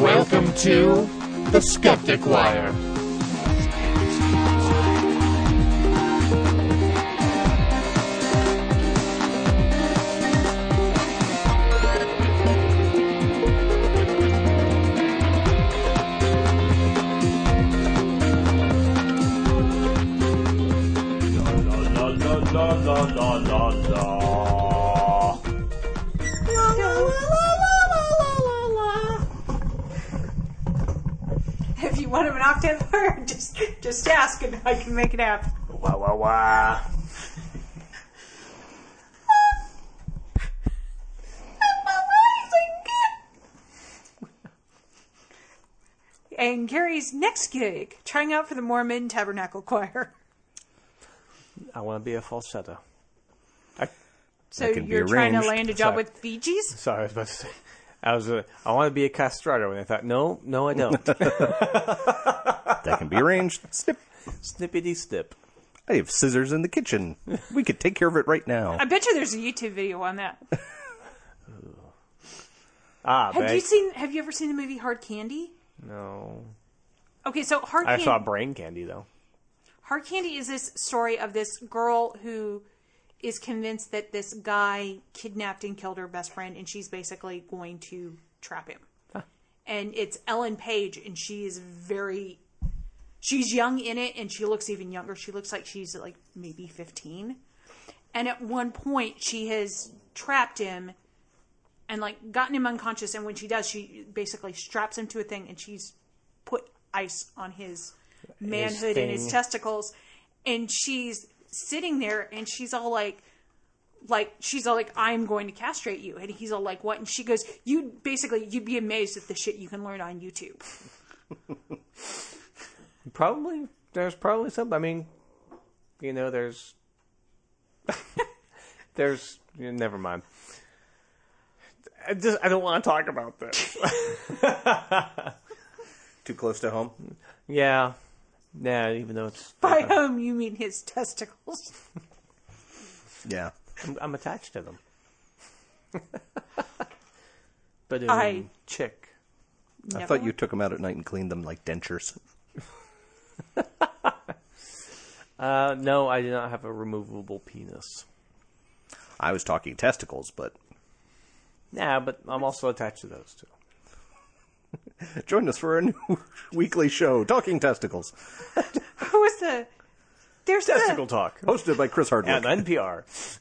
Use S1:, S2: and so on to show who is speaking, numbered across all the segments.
S1: Welcome to The Skeptic Wire.
S2: La, la, la, la, la, la, la.
S3: If you want an octave lower, just just ask and I can make it happen.
S2: Wah, wah, wah.
S3: And Gary's next gig, trying out for the Mormon Tabernacle Choir.
S4: I want to be a falsetto.
S3: So
S4: That can be
S3: you're trying to
S4: arranged.
S3: land a job
S4: Sorry.
S3: with Fiji's?
S4: Sorry, I was about to say. I was. A, I want to be a castrato, and I thought, no, no, I don't.
S1: That can be arranged. Snip.
S4: Snippity snip.
S1: I have scissors in the kitchen. We could take care of it right now.
S3: I bet you there's a YouTube video on that.
S4: Ah,
S3: Have
S4: babe.
S3: you seen have you ever seen the movie Hard Candy?
S4: no.
S3: Okay, so Hard
S4: I
S3: Candy
S4: saw brain candy though.
S3: Hard Candy is this story of this girl who is convinced that this guy kidnapped and killed her best friend, and she's basically going to trap him. And it's Ellen Page, and she is very. She's young in it, and she looks even younger. She looks like she's like maybe 15. And at one point, she has trapped him and like gotten him unconscious. And when she does, she basically straps him to a thing, and she's put ice on his manhood and his
S4: thing.
S3: testicles. And she's sitting there, and she's all like, like she's all like, "I'm going to castrate you," and he's all like, "What?" And she goes, "You basically, you'd be amazed at the shit you can learn on YouTube."
S4: Probably there's probably some. I mean, you know, there's there's yeah, never mind. I just I don't want to talk about this.
S1: Too close to home.
S4: yeah. Yeah, even though it's
S3: By whom you mean his testicles?
S1: Yeah.
S4: I'm, I'm attached to them. but um,
S3: I-
S4: chick.
S1: I thought you took them out at night and cleaned them like dentures.
S4: Uh, no, I do not have a removable penis.
S1: I was talking testicles, but
S4: Yeah, but I'm also attached to those two.
S1: join us for a new weekly show, Talking Testicles,
S3: Who was the? There's the-
S4: Testicle talk
S1: hosted by Chris
S4: at
S1: Hardwick.
S4: NPR.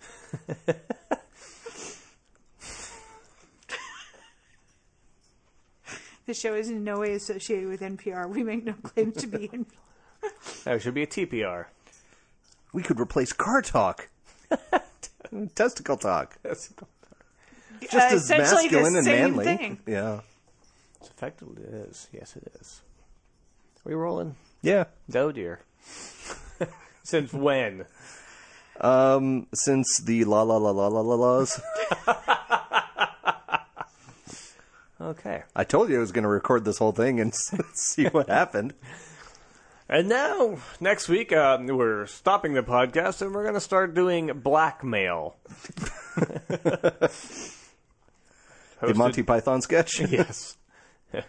S3: The show is in no way associated with NPR. We make no claims to be NPR.
S4: That should be a TPR.
S1: we could replace Car Talk. Testicle Talk.
S4: Testicle.
S1: Just
S3: Uh,
S1: as
S3: essentially the
S1: masculine and
S3: same
S1: manly.
S3: thing.
S1: Yeah.
S4: It's effectively it is. Yes, it is. Are we rolling?
S1: Yeah.
S4: No, dear. Since when?
S1: Since the la la la la la la la's.
S4: Okay.
S1: I told you I was going to record this whole thing and see what happened.
S4: And now, next week, uh, we're stopping the podcast and we're going to start doing blackmail.
S1: The Monty Python sketch.
S4: Yes.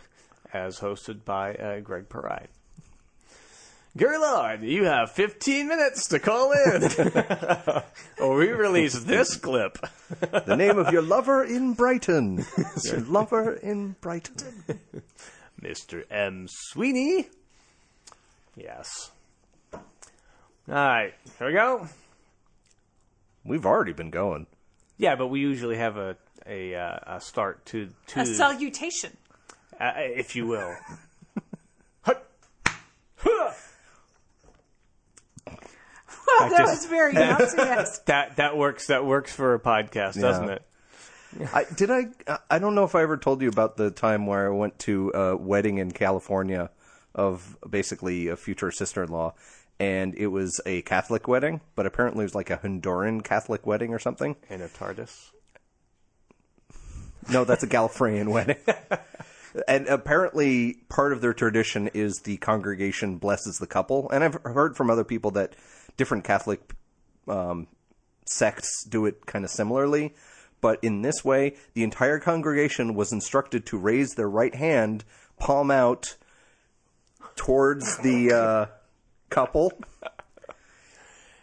S4: As hosted by uh, Greg Paride. Gary Lord, you have 15 minutes to call in. or we release this clip.
S1: the name of your lover in Brighton. your lover in Brighton.
S4: Mr. M. Sweeney. Yes. All right, here we go.
S1: We've already been going.
S4: Yeah, but we usually have a a, uh, a start to to
S3: A salutation.
S4: uh, if you will.
S3: Well, that
S4: just-
S3: was very enthusiastic.
S4: That that works. That works for a podcast, doesn't
S1: Yeah.
S4: it?
S1: I did I uh, I don't know if I ever told you about the time where I went to a wedding in California of basically a future sister-in-law and it was a Catholic wedding, but apparently it was like a Honduran Catholic wedding or something.
S4: In a TARDIS.
S1: No, that's a Gallifreyan wedding. And apparently, part of their tradition is the congregation blesses the couple. And I've heard from other people that different Catholic um, sects do it kind of similarly. But in this way, the entire congregation was instructed to raise their right hand, palm out towards the uh, couple.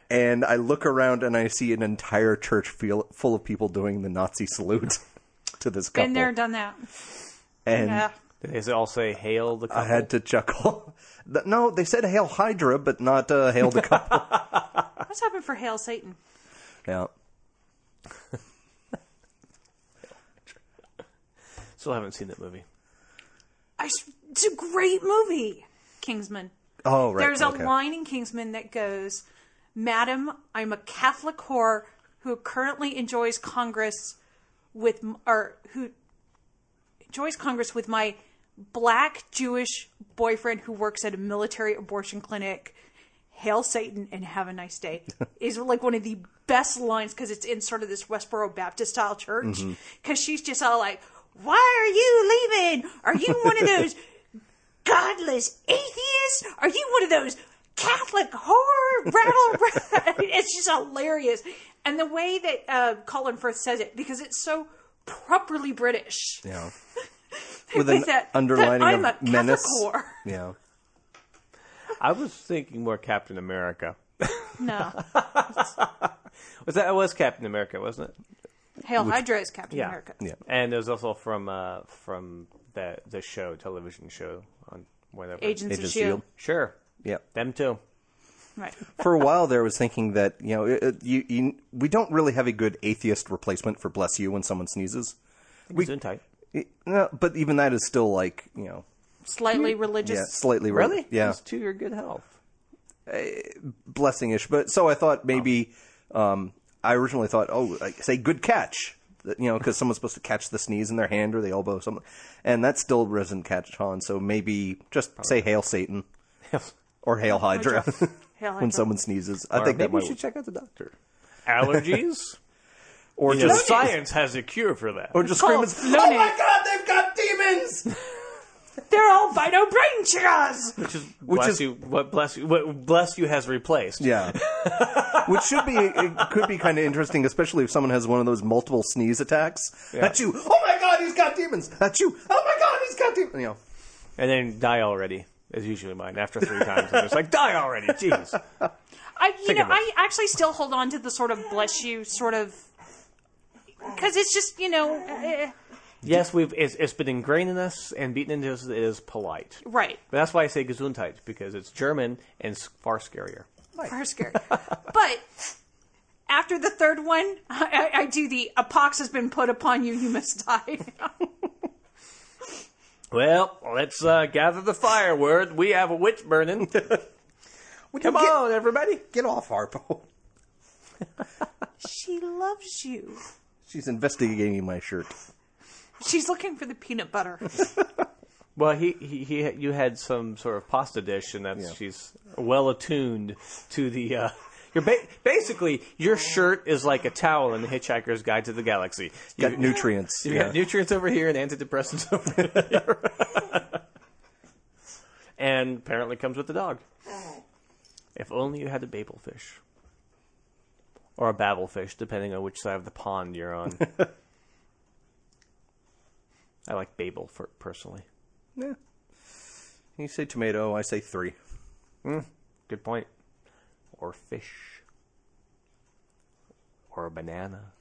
S1: And I look around and I see an entire church feel, full of people doing the Nazi salute to this couple.
S3: Been there, done that.
S1: and
S3: Yeah.
S4: They all say, hail the couple.
S1: I had to chuckle. Th- No, they said Hail Hydra, but not uh, Hail the couple.
S3: What's happened for Hail Satan?
S1: yeah.
S4: Still haven't seen that movie.
S3: I s it's a great movie, Kingsman.
S1: Oh, right.
S3: There's
S1: okay.
S3: a line in Kingsman that goes, Madam, I'm a Catholic whore who currently enjoys Congress with, m- or who enjoys Congress with my black Jewish boyfriend who works at a military abortion clinic. Hail Satan and have a nice day is like one of the best lines because it's in sort of this Westboro Baptist style church. Because
S1: Mm-hmm.
S3: she's just all like, Why are you leaving? Are you one of those godless atheist? Are you one of those Catholic whore rattle? it's just hilarious, and the way that uh, Colin Firth says it because it's so properly British
S1: Yeah. With an
S3: with that
S1: underlining
S3: that I'm a
S1: of
S3: Catholic
S1: menace.
S3: Whore.
S1: Yeah.
S4: I was thinking more Captain America.
S3: No,
S4: Was that? It was Captain America, wasn't it?
S3: Hail Hydra is Captain America.
S1: Yeah.
S4: And it was also from uh, from the the show, television show on whatever.
S3: Agents,
S1: Agents of
S3: of Shield.
S1: Shield.
S4: Sure,
S1: Yeah.
S4: them too.
S3: E Right.
S1: for a while there, I was thinking that you know it, it- you, you we don't really have a good atheist replacement for bless you when someone sneezes.
S4: We tight.
S1: It- no, but even that is still like you know
S3: Slightly religious.
S1: yeah slightly re-
S4: Really?
S1: yeah
S4: It's to your good health.
S1: blessing ish. But so I thought maybe um, I originally thought oh like, say good catch that, you know because someone's supposed to catch the sneeze in their hand or the elbow or something, and that still doesn't catch on. So maybe just say hail Satan or hail Hydra
S3: Hail Hydra.
S1: when someone sneezes. I
S4: Or
S1: think that
S4: maybe
S1: might
S4: we should check out the doctor. Allergies?
S1: or
S4: you know,
S1: just
S4: science has a cure for that.
S1: or just scream.
S3: Called
S1: it's-
S3: no
S1: oh
S3: name.
S1: my God! They've got demons.
S3: They're all Vino brain chickens.
S4: which is bless
S1: is-
S4: you. What bless you? What bless you has replaced?
S1: Yeah. Which should be it could be kind of interesting, especially if someone has one of those multiple sneeze attacks. That's you. Oh my god, he's got demons. That's you. Oh my god, he's got demons. You know.
S4: And then die already is usually mine. After three times, I'm just like die already. Jeez.
S3: I, you know,
S4: of it.
S3: I actually still hold on to the sort of bless you sort of because it's just you know. eh,
S4: Yes, we've it's, it's been ingrained in us and beaten into us. that It is polite.
S3: Right.
S4: But that's why I say Gesundheit because it's German and it's far scarier.
S3: Far scary. but after the third one, I, I- I do the a pox has been put upon you, you must die.
S4: Well, let's uh, gather the firewood. We have a witch burning. Come on, everybody.
S1: Get off, Harpo.
S3: she loves you.
S1: She's investigating my shirt.
S3: She's looking for the peanut butter.
S4: Well, he, he, he you had some sort of pasta dish, and that's
S1: Yeah.
S4: she's well attuned to the. Uh, your ba- basically your shirt is like a towel in the Hitchhiker's Guide to the Galaxy. You,
S1: Got nutrients.
S4: you
S1: yeah.
S4: got nutrients over here and antidepressants over there, and apparently comes with the dog. If only you had a babel fish. Or a babel fish, depending on which side of the pond you're on. I like babel for personally.
S1: Yeah. You say tomato, I say three.
S4: Good point. Or fish. Or a banana.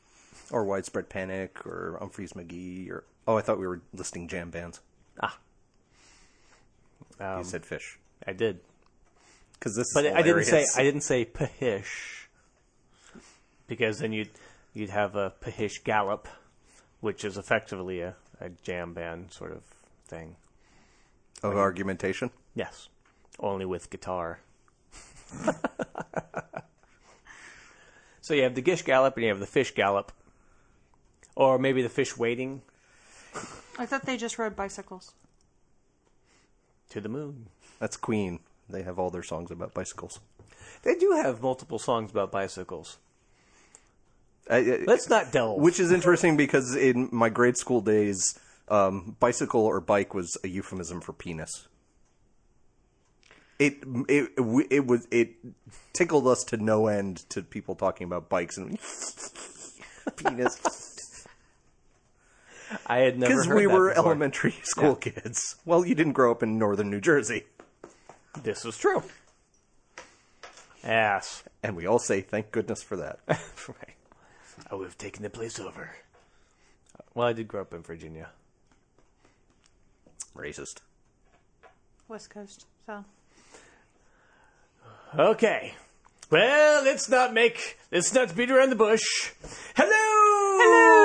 S1: Or widespread panic, or Humphreys McGee, or oh, I thought we were listing jam bands.
S4: Ah.
S1: you said fish
S4: I did.
S1: because this.
S4: Um, But
S1: is
S4: I didn't say
S1: hilarious.
S4: I didn't say pahish. Because then you'd you'd have a pahish gallop, which is effectively a, a jam band sort of thing.
S1: of argumentation.
S4: Yes. Only with guitar. so you have the gish gallop and you have the fish gallop. Or maybe the fish waiting
S3: I thought they just rode bicycles.
S4: to the moon.
S1: That's Queen. They have all their songs about bicycles.
S4: They do have multiple songs about bicycles.
S1: I, I,
S4: Let's not delve.
S1: Which is interesting because in my grade school days, um, bicycle or bike was a euphemism for penis. It it it was it tickled us to no end to people talking about bikes and penis.
S4: I had never
S1: Because
S4: heard
S1: we
S4: that
S1: were
S4: before.
S1: elementary school kids. Well, you didn't grow up in northern New Jersey.
S4: This is true. Yes.
S1: And we all say thank goodness for that.
S4: Right. I would have taken the place over. Well, I did grow up in Virginia.
S1: Racist.
S3: West Coast. So
S4: Okay. Well, let's not make let's not beat around the bush. Hello.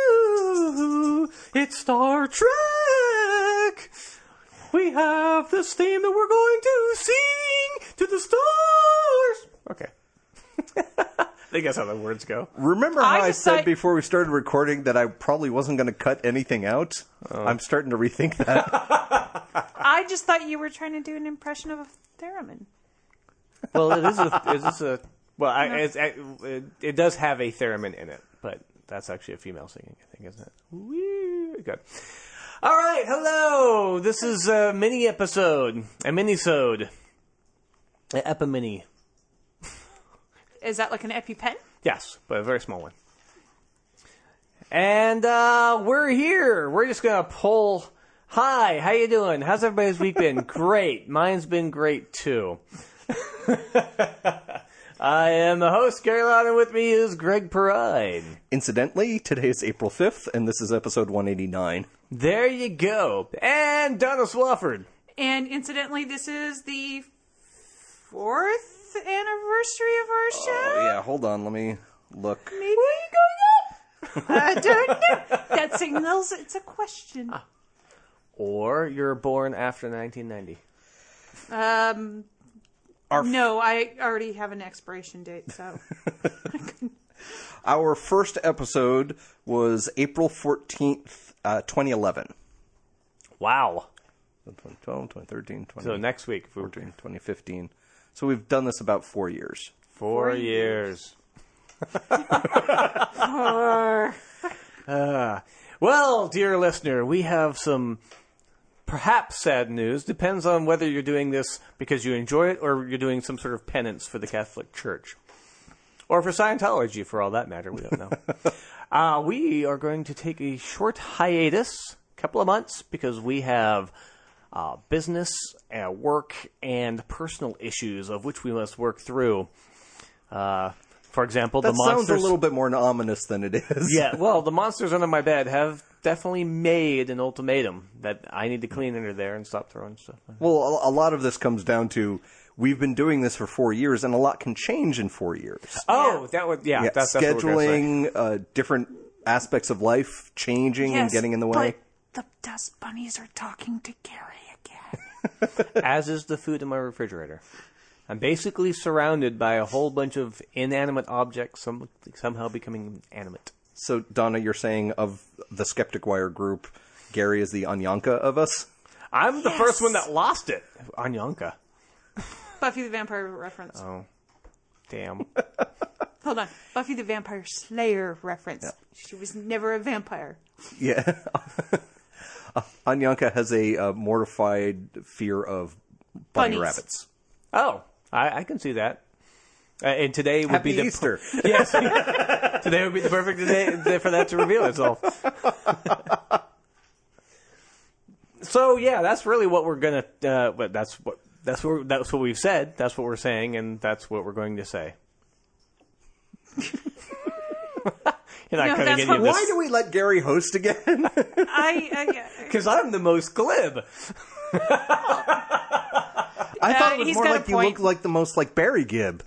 S4: Hello. It's Star Trek. We have this theme that we're going to sing to the stars. Okay. I think that's how the words go.
S1: Remember how
S3: I
S1: I,
S3: decide-
S1: said before we started recording that I probably wasn't going to cut anything out?
S4: Oh.
S1: I'm starting to rethink that.
S3: I just thought you were trying to do an impression of a theremin.
S4: Well, it is. A, is this a? Well, I, it's, I, it, it does have a theremin in it, but that's actually a female singing, I think, isn't it? Woo, Good. All right, hello. This is a mini episode, a mini-sode, an epimini.
S3: Is that like an EpiPen?
S4: Yes, but a very small one. And uh, we're here. We're just gonna pull. Hi, how you doing? How's everybody's week been? great. Mine's been great too. I am the host, Gary Lott, and with me is Greg Paride.
S1: Incidentally, today is April 5th, and this is episode 189.
S4: There you go. And Donna Swafford.
S3: And incidentally, this is the fourth anniversary of our show.
S1: Oh, yeah, hold on. Let me look.
S3: Maybe going up. I don't know. That signals it's a question.
S4: Or you're born after 1990.
S3: Um, no, I already have an expiration date, so
S1: Our first episode was April 14th, uh, 2011.
S4: Wow.
S1: 2012, 2013,
S4: So
S1: 2014,
S4: next week, we're
S1: 2015. So we've done this about four years.
S4: four years.
S3: or
S4: Well, dear listener, we have some perhaps sad news. Depends on whether you're doing this because you enjoy it or you're doing some sort of penance for the Catholic Church. Or for Scientology, for all that matter. We don't know. uh, we are going to take a short hiatus, couple of months, because we have uh, business, uh, work, and personal issues of which we must work through. Uh, for example,
S1: That
S4: the
S1: sounds a
S4: monsters.
S1: little bit more ominous than it is.
S4: Yeah, well, the monsters under my bed have definitely made an ultimatum that I need to clean under there and stop throwing stuff.
S1: Well, a, a lot of this comes down to we've been doing this for four years, and a lot can change in four years.
S4: Oh, that would yeah,
S1: Yeah,
S4: that's, that's what we're gonna say.
S1: scheduling, uh, different aspects of life changing and
S3: Yes,
S1: getting in the way.
S3: But the dust bunnies are talking to Gary again.
S4: as is the food in my refrigerator. I'm basically surrounded by a whole bunch of inanimate objects, some, somehow becoming animate.
S1: So, Donna, you're saying of the Skeptic Wire group, Gary is the Anyanka of us.
S4: I'm the first
S3: Yes.
S4: one that lost it. Anyanka.
S3: Buffy the Vampire reference.
S4: Damn.
S3: Hold on, Buffy the Vampire Slayer reference. She was never a vampire.
S1: Yeah. Anyanka has a uh, mortified fear of bunny
S3: Bunnies.
S1: rabbits.
S4: oh, I, I can see that. Uh, and today would
S1: Happy
S4: be the per-
S1: Easter.
S4: Yes. Today would be the perfect day for that to reveal itself. so yeah, that's really what we're gonna. Uh, but that's what that's what that's what we've said. That's what we're saying, and that's what we're going to say. You're not
S3: No,
S4: cutting
S3: that's
S4: any
S3: what-
S4: of
S1: Why
S4: this
S1: do we let Gary host again?
S3: I, I
S4: because I'm the most glib.
S1: I thought
S3: Uh,
S1: it was
S3: he's
S1: more
S3: got a
S1: like you
S3: point.
S1: look like the most like Barry Gibb.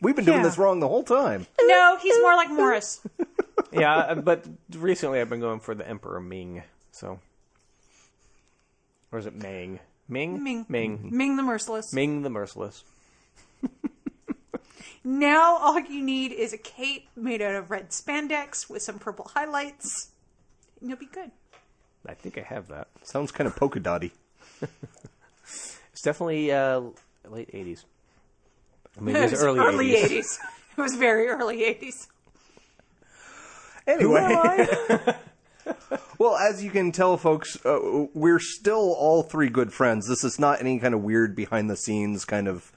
S1: We've been doing
S3: Yeah.
S1: this wrong the whole time.
S3: no, he's more like Morris.
S4: Yeah, uh, but recently I've been going for the Emperor Ming. So, or is it Mang? Ming,
S3: Ming.
S4: Ming,
S3: Ming the Merciless.
S4: Ming the Merciless.
S3: Now all you need is a cape made out of red spandex with some purple highlights, and you'll be good.
S4: I think I have that.
S1: Sounds kind of polka dotty.
S4: It's definitely uh, late eighties. Maybe
S3: It
S4: it
S3: was
S4: was early, 80s.
S3: 80s. It was very early 80s.
S1: Anyway, Well, as you can tell, folks, uh, we're still all three good friends. This is not any kind of weird behind the scenes kind of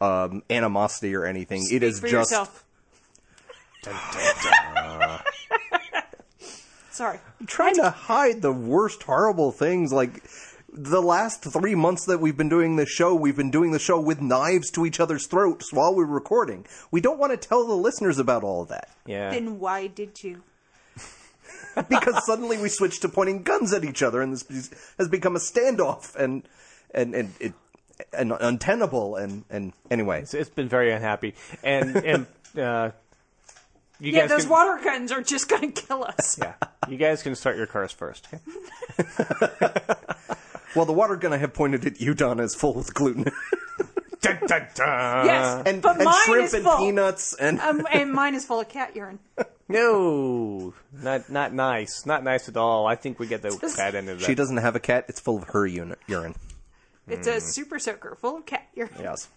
S1: um, animosity or anything. it is
S3: for
S1: just
S3: yourself. Sorry.
S1: trying to hide the worst horrible things like the last three months that we've been doing this show we've been doing the show with knives to each other's throats while we're recording we don't want to tell the listeners about all of that
S4: Yeah.
S3: Then why did you?
S1: because suddenly we switched to pointing guns at each other and this is- has become a standoff and and and it and untenable and and anyway
S4: It's- it's been very unhappy. And and uh, you
S3: Yeah,
S4: guys
S3: those
S4: can,
S3: water guns are just going to kill us.
S4: yeah, you guys can start your cars first.
S1: well the water gun i have pointed at you Donna, is full with gluten
S4: Dun, dun, dun.
S3: Yes,
S1: and,
S3: but
S1: and
S3: mine
S1: shrimp
S3: is
S1: and
S3: full.
S1: peanuts and
S3: Um, and mine is full of cat urine.
S4: No, not not nice, not nice at all. I think we get the bad end of that.
S1: she doesn't have a cat it's full of her uni- urine
S3: It's
S4: Hmm.
S3: a super soaker full of cat urine.
S1: Yes.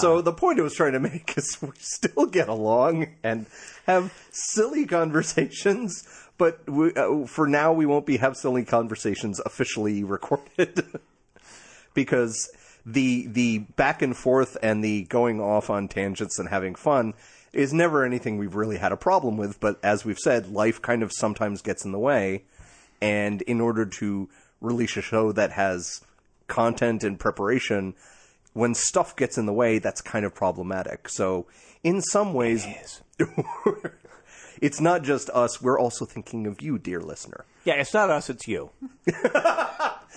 S1: so the point I was trying to make is we still get along and have silly conversations, but we, uh, for now we won't be have silly conversations officially recorded because the the back and forth and the going off on tangents and having fun is never anything we've really had a problem with. But as we've said, life kind of sometimes gets in the way, and in order to release a show that has content and preparation, when stuff gets in the way, that's kind of problematic. So in some ways, it's not just us. We're also thinking of you, dear listener.
S4: Yeah, it's not us, it's you.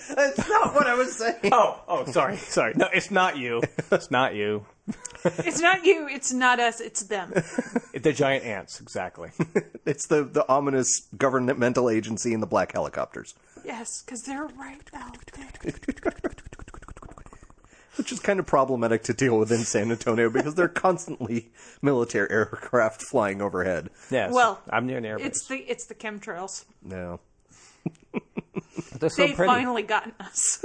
S1: That's not what I was saying.
S4: Oh, oh, sorry, sorry. No, it's not you. It's not you.
S3: It's not you. It's not us. It's them.
S4: The giant ants, exactly.
S1: It's the, the ominous governmental agency and the black helicopters,
S3: Yes, because they're right out there.
S1: which is kind of problematic to deal with in San Antonio because they're constantly military aircraft flying overhead.
S4: Yes.
S3: Well,
S4: I'm near an airbase.
S3: It's the it's the chemtrails.
S1: No.
S4: They're so
S3: They've
S4: pretty.
S3: finally gotten us.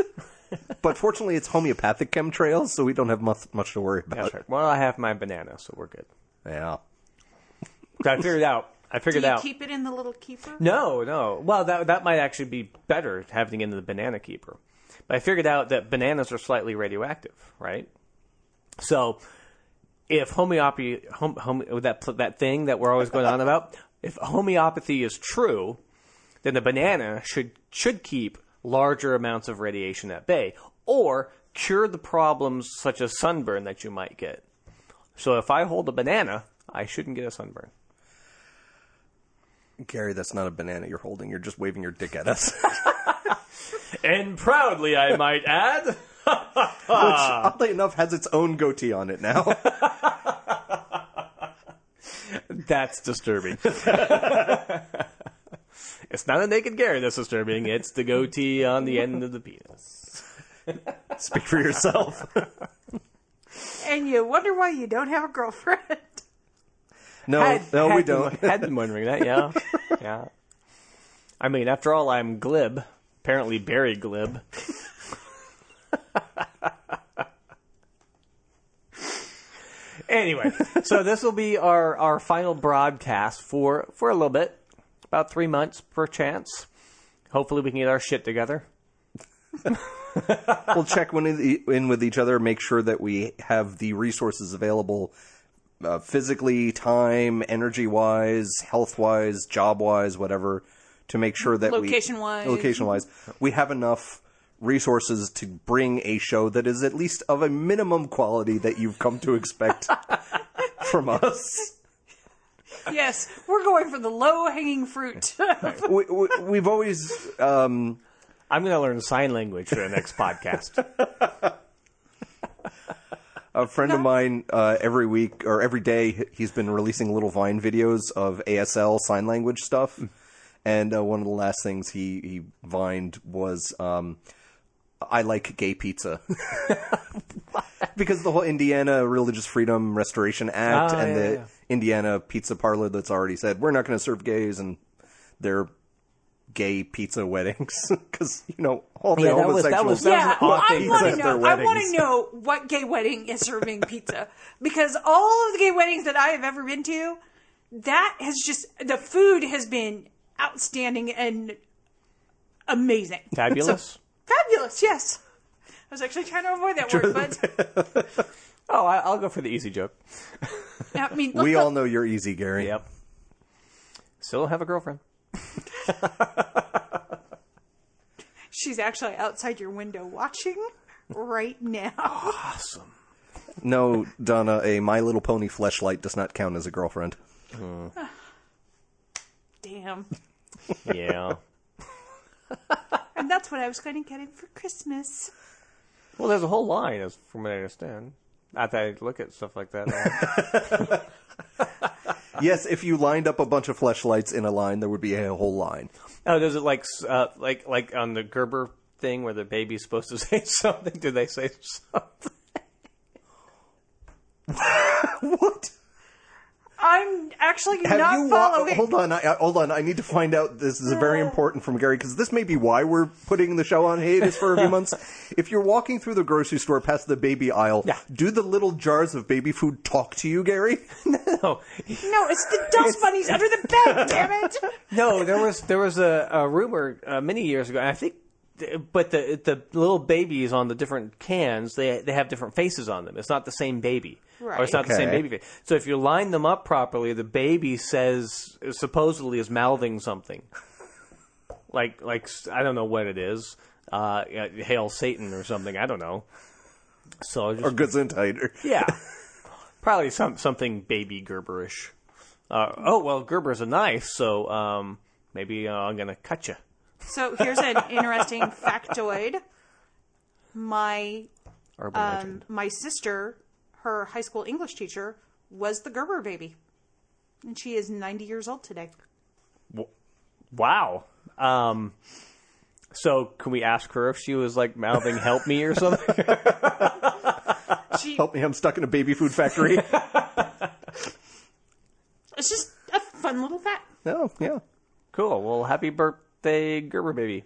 S1: But fortunately, it's homeopathic chemtrails, so we don't have much, much to worry about.
S4: That's right. Well, I have my banana, so we're good.
S1: Yeah.
S4: I figured it out. I
S3: Do
S4: figured it
S3: you
S4: out.
S3: keep it in the little keeper?
S4: No, no. Well, that that might actually be better having it in the banana keeper. But I figured out that bananas are slightly radioactive, right? So, if homeopathy, home, home, that pl- that thing that we're always going on about, if homeopathy is true, then the banana should should keep larger amounts of radiation at bay, or cure the problems such as sunburn that you might get. So, if I hold a banana, I shouldn't get a sunburn.
S1: Gary, that's not a banana you're holding. You're just waving your dick at us.
S4: And proudly, I might add. Ah.
S1: Oddly enough, has its own goatee on it now.
S4: That's disturbing. it's not a naked Gary that's disturbing. It's the goatee on the end of the penis.
S1: Speak for yourself.
S3: And you wonder why you don't have a girlfriend.
S1: No, no, we don't.
S4: Been, had been wondering that. Yeah, yeah. I mean, after all, I'm glib. Apparently, Barry glib. anyway, so this will be our our final broadcast for for a little bit, about three months perchance. Hopefully, we can get our shit together.
S1: we'll check when in- in with each other, make sure that we have the resources available uh, physically, time, energy wise, health wise, job wise, whatever, to make sure that
S3: Location-wise.
S1: we location wise, we have enough resources to bring a show that is at least of a minimum quality that you've come to expect from us.
S3: yes, we're going for the low hanging fruit.
S1: We, we, we've always um,
S4: I'm going to learn sign language for the next podcast.
S1: A friend of mine, uh, every week or every day, h- he's been releasing little Vine videos of ASL sign language stuff.
S4: Mm.
S1: And uh, one of the last things he, he vined was, um, I like gay pizza. because the whole Indiana Religious Freedom Restoration Act
S4: Ah,
S1: and
S4: yeah,
S1: the
S4: yeah.
S1: Indiana pizza parlor that's already said, we're not going to serve gays and their gay pizza weddings. Because, you know, all the
S4: Yeah, that was- that
S1: homosexuals.
S4: was- that
S3: yeah,
S4: Sounds
S3: well,
S4: awful.
S3: I want
S1: Pizza
S3: to
S1: at
S3: know.
S1: their
S3: I want
S1: weddings.
S3: to know what gay wedding is serving pizza because all of the gay weddings that I have ever been to that has just the food has been outstanding and amazing.
S4: Fabulous.
S3: Fabulous, yes. I was actually trying to avoid that word, but
S4: oh, I, I'll go for the easy joke.
S3: I mean, look,
S1: We
S3: up-
S1: all know you're easy, Gary.
S4: Yep. Still don't have a girlfriend.
S3: she's actually outside your window watching right now.
S4: Awesome.
S1: No, Donna, a My Little Pony fleshlight does not count as a girlfriend.
S3: Damn.
S4: Yeah.
S3: And that's what I was going to get him for Christmas.
S4: well, there's a whole line, as from what I understand. Not that I look at stuff like that.
S1: Yes, if you lined up a bunch of fleshlights in a line, there would be a whole line.
S4: oh, does it like s- uh, like like on the Gerber thing where the baby's supposed to say something? Do they say something?
S1: What?
S3: I'm actually
S1: Have
S3: not
S1: you wa-
S3: following. Uh.
S1: hold on? I, I- hold on. I need to find out. This is very important from Gary because this may be why we're putting the show on hiatus for a few months. If you're walking through the grocery store past the baby aisle,
S4: Yeah.
S1: do the little jars of baby food talk to you, Gary?
S4: No,
S3: No, it's the dust bunnies under the bed, damn it!
S4: no. There was there was a, a rumor uh, many years ago. And I think, but the the little babies on the different cans they they have different faces on them. It's not the same baby, or
S3: Right.
S4: it's not the same
S1: Okay.
S4: baby face. So if you line them up properly, the baby says supposedly is mouthing something, like like I don't know what it is, uh, uh, hail Satan or something. I don't know. So I just,
S1: or Gesundheit? Or,
S4: yeah, probably some something baby Gerberish. Uh, oh well, Gerber's a knife, so um, maybe uh, I'm gonna cut you.
S3: So here's an interesting factoid. My
S4: Urban
S3: um,
S4: legend.
S3: my sister, her high school English teacher, was the Gerber baby, and she is 90 years old today.
S4: Wow. Um, so can we ask her if she was like mouthing "Help me" or something?
S3: She
S1: Help me! I'm stuck in a baby food factory.
S3: it's just a fun little fact.
S1: no, yeah.
S4: cool. Well, happy birthday, Gerber baby.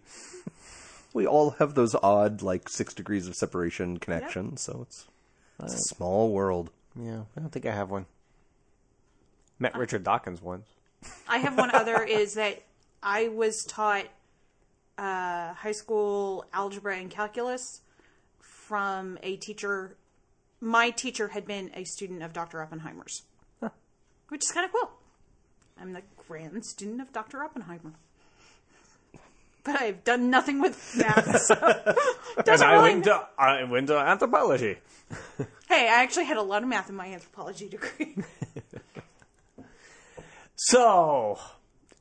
S1: We all have those odd, like six degrees of separation connections. So it's, it's a small world.
S4: Yeah, I don't think I have one. Met
S3: Uh,
S4: Richard Dawkins once.
S3: I have one other is that I was taught uh, high school algebra and calculus from a teacher. My teacher had been a student of Dr. Oppenheimer's, which is kind of cool. I'm the grand student of Dr. Oppenheimer. But I've done nothing with math. So doesn't
S4: I
S3: really
S4: went to I went to anthropology.
S3: Hey, I actually had a lot of math in my anthropology degree.
S4: So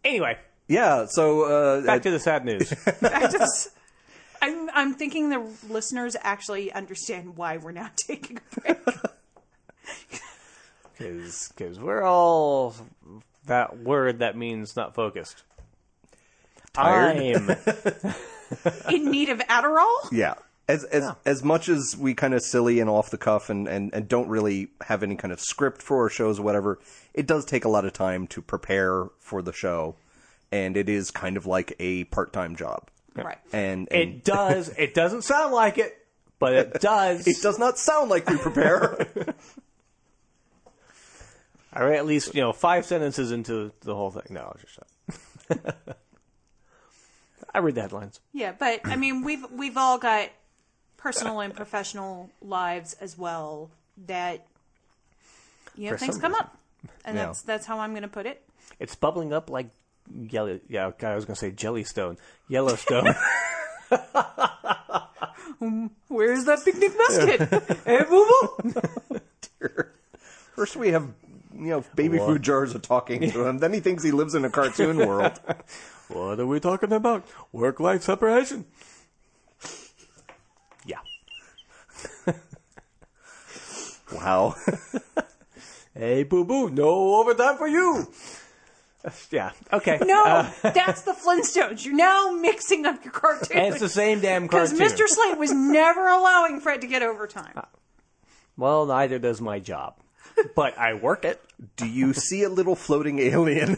S4: anyway,
S1: Yeah. So uh,
S4: back to the sad news.
S3: I just, I'm, I'm thinking the listeners actually understand why we're now taking a break.
S4: because we're all that word that means not focused. Tired.
S3: in need of Adderall.
S1: Yeah. As as as much as we kind of silly and off the cuff and, and, and don't really have any kind of script for our shows or whatever, it does take a lot of time to prepare for the show, and it is kind of like a part time job.
S3: Right.
S1: And, and
S4: it does. It doesn't sound like it, but it does.
S1: it does not sound like we prepare.
S4: All right, at least you know five sentences into the whole thing. No, I'll just shut. up. I read the headlines.
S3: Yeah, but I mean, we've we've all got personal and professional lives as well that you know
S4: For
S3: things
S4: some
S3: come up, and
S1: Yeah.
S3: that's that's how I'm going to put it.
S4: It's bubbling up like yellow. Yeah, God, I was gonna say Jellystone, Yellowstone.
S3: Where's that picnic basket? hey, boo boo.
S1: First, we have you know baby food jars are talking to him. Then he thinks he lives in a cartoon world.
S4: what are we talking about? Work-life separation. Yeah.
S1: Wow.
S4: Hey, boo boo, no overtime for you. yeah. Okay.
S3: No, that's the Flintstones. You're now mixing up your
S4: And it's
S3: cartoon
S4: the same damn
S3: because
S4: cartoon. Uh.
S3: Mr. Slate was never allowing Fred to get overtime.
S4: Well, neither does my job, but I work it.
S1: Do you see a little floating alien?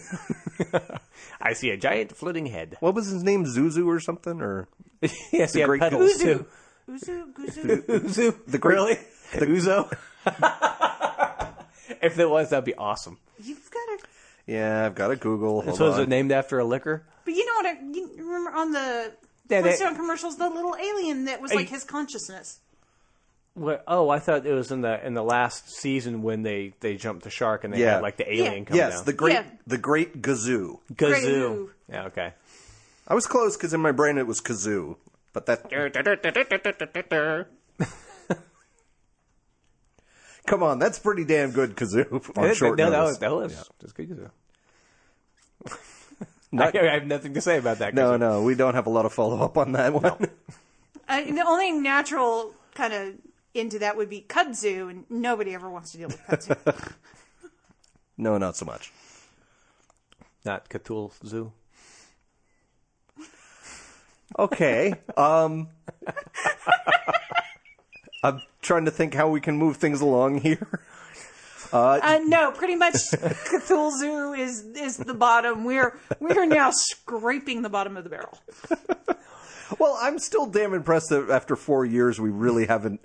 S4: I see a giant floating head.
S1: What was his name? Zuzu or something? Or
S4: yes, he had
S1: great
S4: petals too.
S3: Uzu, Uzu, Guzu.
S4: Uzu, the
S1: great-
S4: really the Uzo. if there was, that'd be awesome.
S3: You've got a
S1: Yeah, I've got to Google. Hold
S4: so is
S1: on.
S4: it named after a liquor?
S3: But you know what? I, you remember on the
S4: Yeah, they-
S3: Flintstone commercials, the little alien that was like his consciousness.
S4: What, oh, I thought it was in the in the last season when they they jumped the shark and they
S1: Yeah.
S4: had like the alien
S3: Yeah.
S4: come
S1: yes,
S4: down.
S1: the great
S3: Yeah.
S1: the great Gazoo.
S4: kazoo.
S3: Great.
S4: Yeah, okay.
S1: I was close because in my brain it was Kazoo, but that. Come on, that's pretty damn good Kazoo on
S4: That-
S1: short
S4: that,
S1: notice.
S4: That was, that was just good kazoo. I, I have nothing to say about that.
S1: No,
S4: kazoo.
S1: no, we don't have a lot of follow up on that one.
S3: I, Uh, the only natural kind of into that would be kudzu, and nobody ever wants to deal with kudzu.
S1: No, not so much.
S4: not Cthulhu Zoo.
S1: Okay. Um, I'm trying to think how we can move things along here.
S3: uh, no, pretty much Cthulhu is is the bottom. We're we are now scraping the bottom of the barrel.
S1: Well, I'm still damn impressed that after four years we really haven't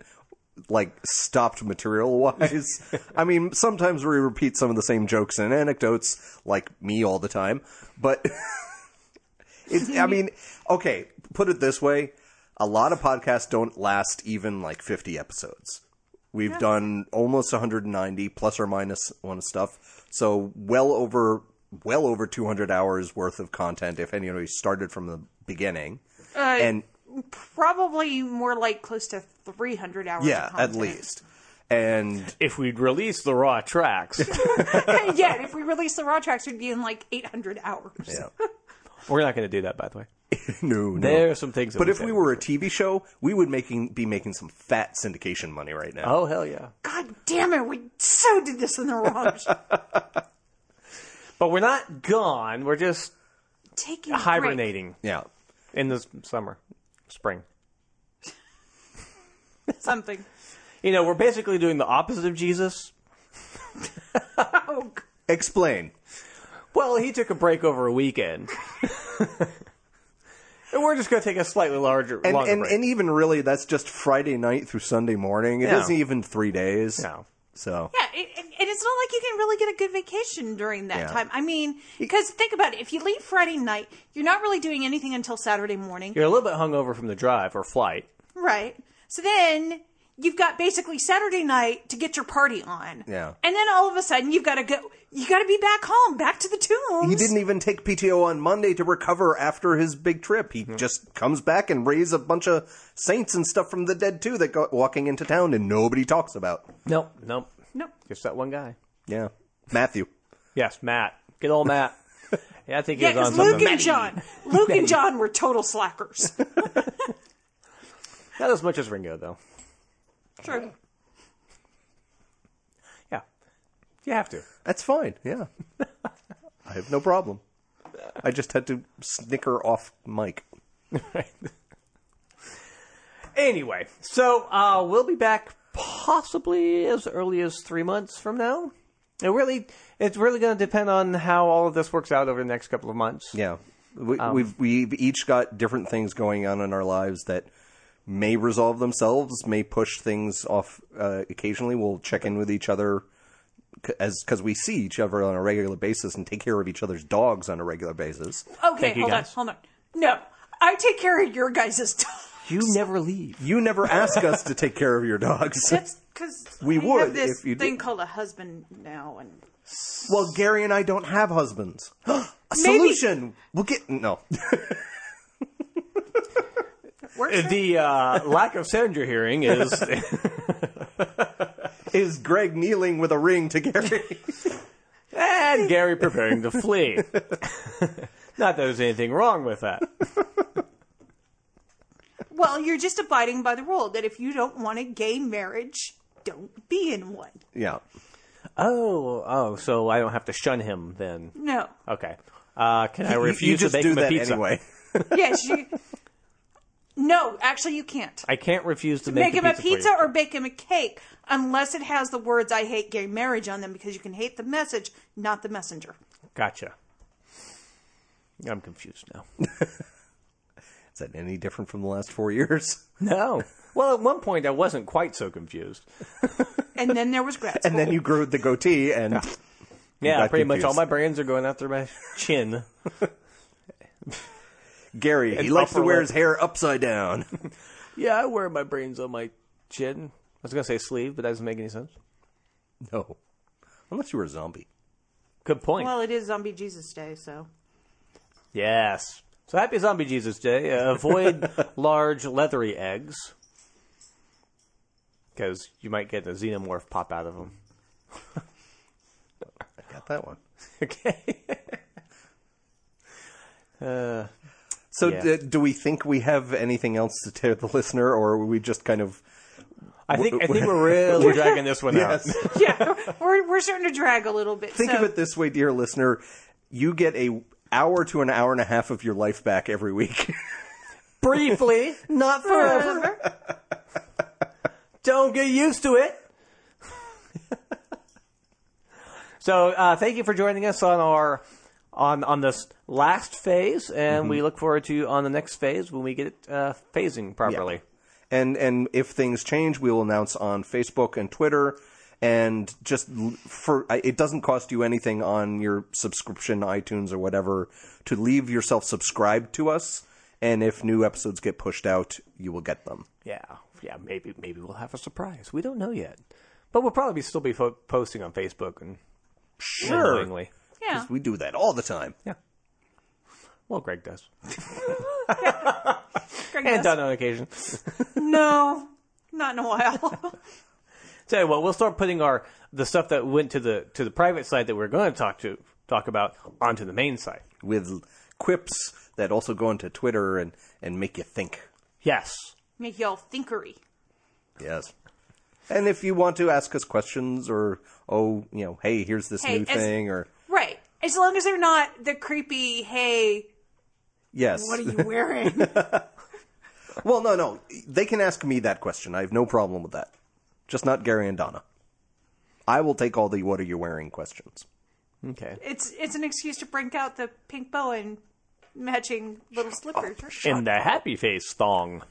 S1: like stopped material wise. I mean, sometimes we repeat some of the same jokes and anecdotes, like me all the time. But it's, I mean, okay, put it this way: a lot of podcasts don't last even like 50 episodes. We've done almost 190 plus or minus one stuff, so well over well over 200 hours worth of content if anybody started from the beginning. and
S3: Probably more like close to three hundred hours. of
S1: yeah, at
S3: content.
S1: least. And
S4: If we'd release the raw tracks,
S3: yeah, and if we release the raw tracks, we'd be in like eight hundred hours.
S4: we're not going to do that. By the way,
S1: no, no.
S4: there are some things. That
S1: but if
S4: said.
S1: we were a TV show, we would making be making some fat syndication money right now.
S4: oh hell yeah!
S3: God damn it, we so did this in the wrong.
S4: But we're not gone. We're just
S3: Taking a break.
S4: hibernating
S1: Yeah.
S4: in the s- summer, spring.
S3: something.
S4: You know, we're basically doing the opposite of Jesus.
S3: Oh, God.
S1: Explain.
S4: Well, he took a break over a weekend. and we're just going to take a slightly larger
S1: And
S4: longer
S1: and,
S4: break.
S1: and even really that's just Friday night through Sunday morning. It
S4: Yeah.
S1: not even 3 days.
S4: No.
S1: So
S3: yeah, it, it- and it's not like you can really get a good vacation during that
S1: Yeah.
S3: time. I mean, because think about it: if you leave Friday night, you're not really doing anything until Saturday morning,
S4: You're a little bit hungover from the drive or flight.
S3: right? So then you've got basically Saturday night to get your party on.
S1: Yeah.
S3: and then all of a sudden you've got to go. You got to be back home, back to the tombs.
S1: he didn't even take PTO on Monday to recover after his big trip. He
S4: Mm-hmm.
S1: just comes back and raise a bunch of saints and stuff from the dead too that go walking into town and nobody talks about.
S4: Nope, nope.
S3: Nope.
S4: Just that one guy.
S1: Yeah. Matthew.
S4: Yes, Matt. Good old Matt. yeah, I think he
S3: Yeah,
S4: was on
S3: because
S4: something.
S3: Luke and John, Luke and John were total slackers.
S4: Not as much as Ringo, though.
S3: True.
S4: Yeah. You have to.
S1: That's fine. Yeah. I have no problem. I just had to snicker off mic.
S4: Anyway, so uh, we'll be back possibly as early as three months from now. It really, it's really going to depend on how all of this works out over the next couple of months.
S1: Yeah. We,
S3: Um.
S1: we've we've each got different things going on in our lives that may resolve themselves, may push things off. Uh, occasionally, we'll check in with each other c- as because we see each other on a regular basis and take care of each other's dogs on a regular basis.
S3: Okay,
S4: you,
S3: hold
S4: guys.
S3: on, hold on. No, I take care of your guys' dogs.
S4: You never leave.
S1: You never ask us to take care of your dogs.
S3: That's because
S1: We
S3: we
S1: would
S3: have this
S1: if you
S3: thing
S1: did.
S3: called a husband now, and
S1: Well, Gary and I don't have husbands. a
S3: Maybe-
S1: solution. We'll get no.
S3: Works for-
S4: The uh, lack of sound you're hearing is
S1: Is Greg kneeling with a ring to Gary?
S4: and Gary preparing to flee. Not that there's anything wrong with that.
S3: well, you're just abiding by the rule that if you don't want a gay marriage, don't be in one.
S1: yeah.
S4: Oh, oh, so I don't have to shun him then.
S3: No,
S4: Okay. Uh, can I refuse
S1: you just
S4: to bake
S1: do
S4: him a
S1: that
S4: pizza?
S1: anyway.
S3: yes, you. No, actually, you can't.
S4: I can't refuse to
S3: Make
S4: make, the
S3: him a
S4: for you.
S3: pizza or bake him a cake unless it has the words I hate gay marriage on them because you can hate the message, not the messenger.
S4: Gotcha. I'm confused now.
S1: Is that any different from the last four years?
S4: No. Well, at one point I wasn't quite so confused.
S3: And then there was Greg.
S1: And then you grew the goatee, and
S4: Yeah,
S1: got
S4: pretty much all
S1: confused.
S4: my brains are going after my chin.
S1: Gary, he
S4: And
S1: likes to
S4: upper
S1: wear
S4: lip.
S1: his hair upside down.
S4: yeah, I wear my brains on my chin. I was gonna say sleeve, but that doesn't make any sense.
S1: no. Unless you were a zombie.
S4: Good point.
S3: Well, it is Zombie Jesus Day, so
S4: yes. So happy Zombie Jesus Day. Uh, avoid large leathery eggs because you might get a xenomorph pop out of them.
S1: I got that one.
S4: Okay.
S1: So
S4: Yeah.
S1: d- do we think we have anything else to tell the listener, or are we just kind of...
S4: I think I think we're really dragging this one out.
S1: Yes.
S3: yeah, we're we're starting to drag a little bit.
S1: Think
S3: so,
S1: of it this way, dear listener. You get a hour to an hour and a half of your life back every week.
S4: Briefly, not forever. Don't get used to it. so, uh, thank you for joining us on our on on this last phase, and we look forward to you on the next phase when we get it uh, phasing properly.
S1: and and if things change, we will announce on Facebook and Twitter. And just l- for I- it doesn't cost you anything on your subscription, iTunes or whatever, to leave yourself subscribed to us. And if new episodes get pushed out, you will get them.
S4: Yeah, yeah. Maybe maybe we'll have a surprise. We don't know yet, but we'll probably still be fo- posting on Facebook and annoyingly.
S3: yeah,
S1: we do that all the time.
S4: Yeah. Well, Greg does,
S3: Greg
S4: and
S3: does.
S4: done on occasion.
S3: no, not in a while.
S4: Tell you what, we'll start putting our the stuff that went to the to the private side that we're going to talk to talk about onto the main side.
S1: With quips that also go into Twitter and and make you think.
S4: Yes.
S3: Make y'all thinkery.
S1: Yes. And if you want to ask us questions or oh, you know, hey, here's this
S3: Hey,
S1: new
S3: as-
S1: thing or
S3: Right. As long as they're not the creepy, hey,
S1: yes.
S3: what are you wearing?
S1: Well, no, no. They can ask me that question. I have no problem with that. Just not Gary and Donna. I will take all the what are you wearing questions.
S4: Okay.
S3: it's it's an excuse to bring out the pink bow and matching little slippers.
S4: In the happy face thong.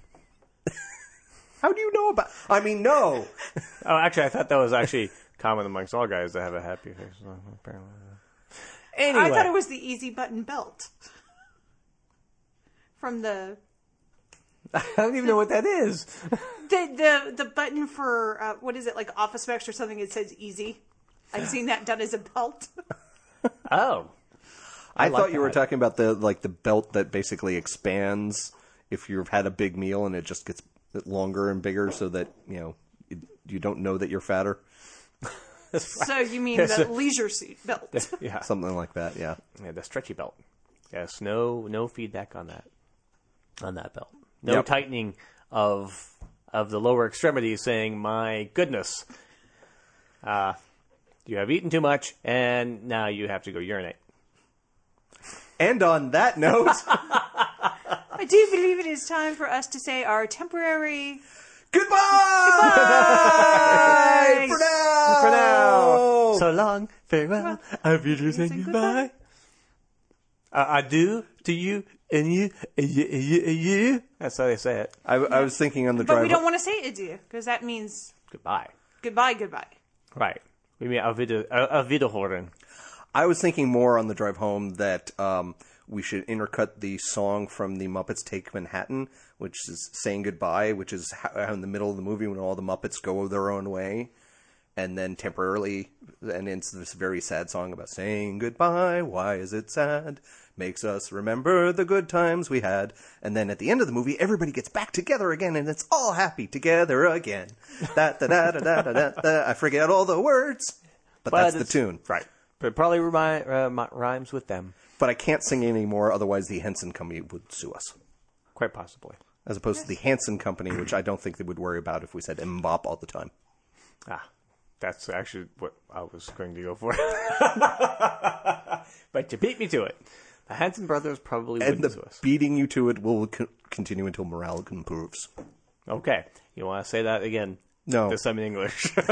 S1: How do you know about I mean, no.
S4: Oh, actually, I thought that was actually common amongst all guys to have a happy face thong. Apparently. Anyway,
S3: I thought it was the easy button belt from the
S4: I don't even know what that is.
S3: the the, the button for uh, what is it like Office Max or something? It says easy. I've seen that done as a belt.
S4: Oh,
S1: I,
S4: like
S1: thought you were
S4: that.
S1: talking about the like the belt that basically expands if you've had a big meal and it just gets longer and bigger so that, you know, it, you don't know that you're fatter.
S3: So you mean
S4: Yes,
S3: the
S4: uh,
S3: leisure suit belt?
S4: yeah,
S1: Something like that, yeah.
S4: yeah, the stretchy belt. Yes, no, no feedback on that, on that belt. No
S1: Yep.
S4: tightening of of the lower extremity, saying, "My goodness, uh, you have eaten too much, and now you have to go urinate."
S1: And on that note,
S3: I do believe it is time for us to say our temporary
S1: goodbye! For now!
S4: For now, so long, farewell. I'll be
S3: say
S4: saying
S3: goodbye.
S4: goodbye. I, I do to you and you and you and you. And you. That's how they say it.
S1: I, I was thinking on the
S3: But
S1: drive.
S3: we don't want to say adieu because that means
S4: Goodbye.
S3: goodbye, goodbye.
S4: Right. We mean auf Wieder- auf Wiederhören.
S1: I was thinking more on the drive home that um, we should intercut the song from the Muppets Take Manhattan, which is saying goodbye, which is how, how in the middle of the movie when all the Muppets go their own way, and then temporarily, and it's this very sad song about saying goodbye. Why is it sad? Makes us remember the good times we had. And then at the end of the movie, everybody gets back together again, and it's all happy together again. Da da da da da da da. da. I forget all the words, but, that's the
S4: it's-
S1: tune,
S4: Right. But it probably remi- uh, mi- rhymes with them,
S1: but I can't sing anymore, otherwise the Henson Company would sue us.
S4: quite possibly.
S1: As opposed to the Hanson Company, which I don't think they would worry about if we said Mbop all the time.
S4: Ah, that's actually what I was going to go for. but you beat me to it. The Hanson brothers probably
S1: And
S4: wouldn't
S1: the
S4: to us.
S1: beating you to it will con- continue until morale improves.
S4: Okay. You want to say that again?
S1: No.
S4: This time in English.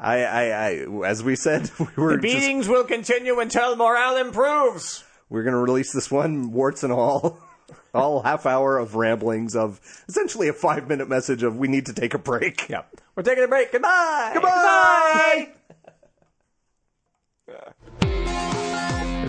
S1: I, I, I, as we said, we were just,
S4: Beatings will continue until morale improves.
S1: we're going to release this one, warts and all, all half hour of ramblings of essentially a five minute message of we need to take a break.
S4: Yep. We're taking a break. Goodbye.
S1: Bye!
S5: The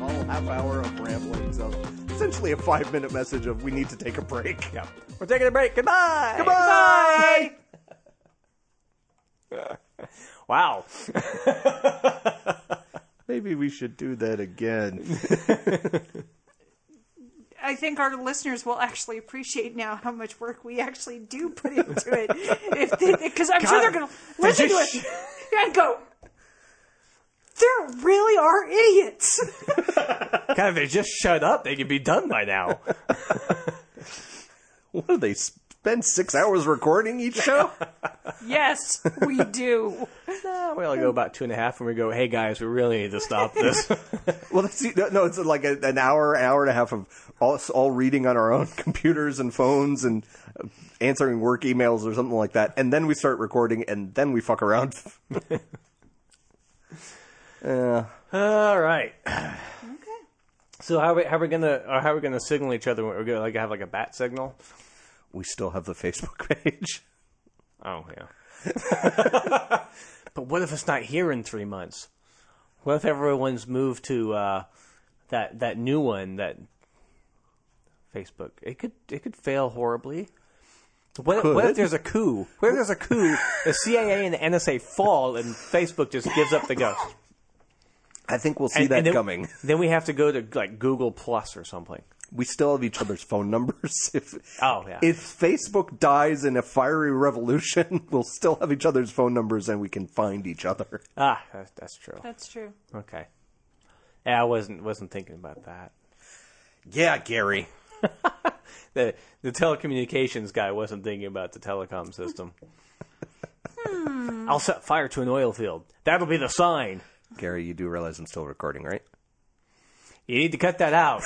S1: All half hour of ramblings of essentially a five minute message of we need to take a break. Yeah.
S4: We're taking a break. Goodbye. Goodbye.
S1: Bye.
S4: Wow.
S1: Maybe we should do that again.
S3: I think our listeners will actually appreciate now how much work we actually do put into it. Because I'm sure they're going to listen to
S4: just
S3: it and go, there really are idiots.
S4: God, if they just shut up, they could be done by now.
S1: what do they spend six hours recording each show?
S3: yes, we do.
S4: Nah, we only go about two and a half, and we go, "Hey guys, we really need to stop this."
S1: Well, that's e, no, no, it's like a, an hour, hour and a half of us all reading on our own computers and phones and uh, answering work emails or something like that, and then we start recording, and then we fuck around. Yeah.
S4: All right.
S3: Okay.
S4: So how are we, how are we gonna or how are we gonna signal each other? We're gonna like have like a bat signal.
S1: we still have the Facebook page.
S4: Oh yeah. but what if it's not here in three months? What if everyone's moved to uh, that that new one that Facebook? It could it could fail horribly. What, if- what if
S1: Could.
S4: there's a coup? What if there's a coup? the CIA and the NSA fall, and Facebook just gives up the ghost.
S1: I think we'll see that
S4: then,
S1: coming.
S4: Then we have to go to like Google Plus or something.
S1: We still have each other's phone numbers. If
S4: Oh, yeah.
S1: if Facebook dies in a fiery revolution, we'll still have each other's phone numbers and we can find each other.
S4: Ah, that's, that's true.
S3: That's true.
S4: Okay. Yeah, I wasn't wasn't thinking about that.
S1: Yeah, Gary.
S4: The the telecommunications guy wasn't thinking about the telecom system. I'll set fire to an oil field. That'll be the sign.
S1: Gary, you do realize I'm still recording, right?
S4: You need to cut that out.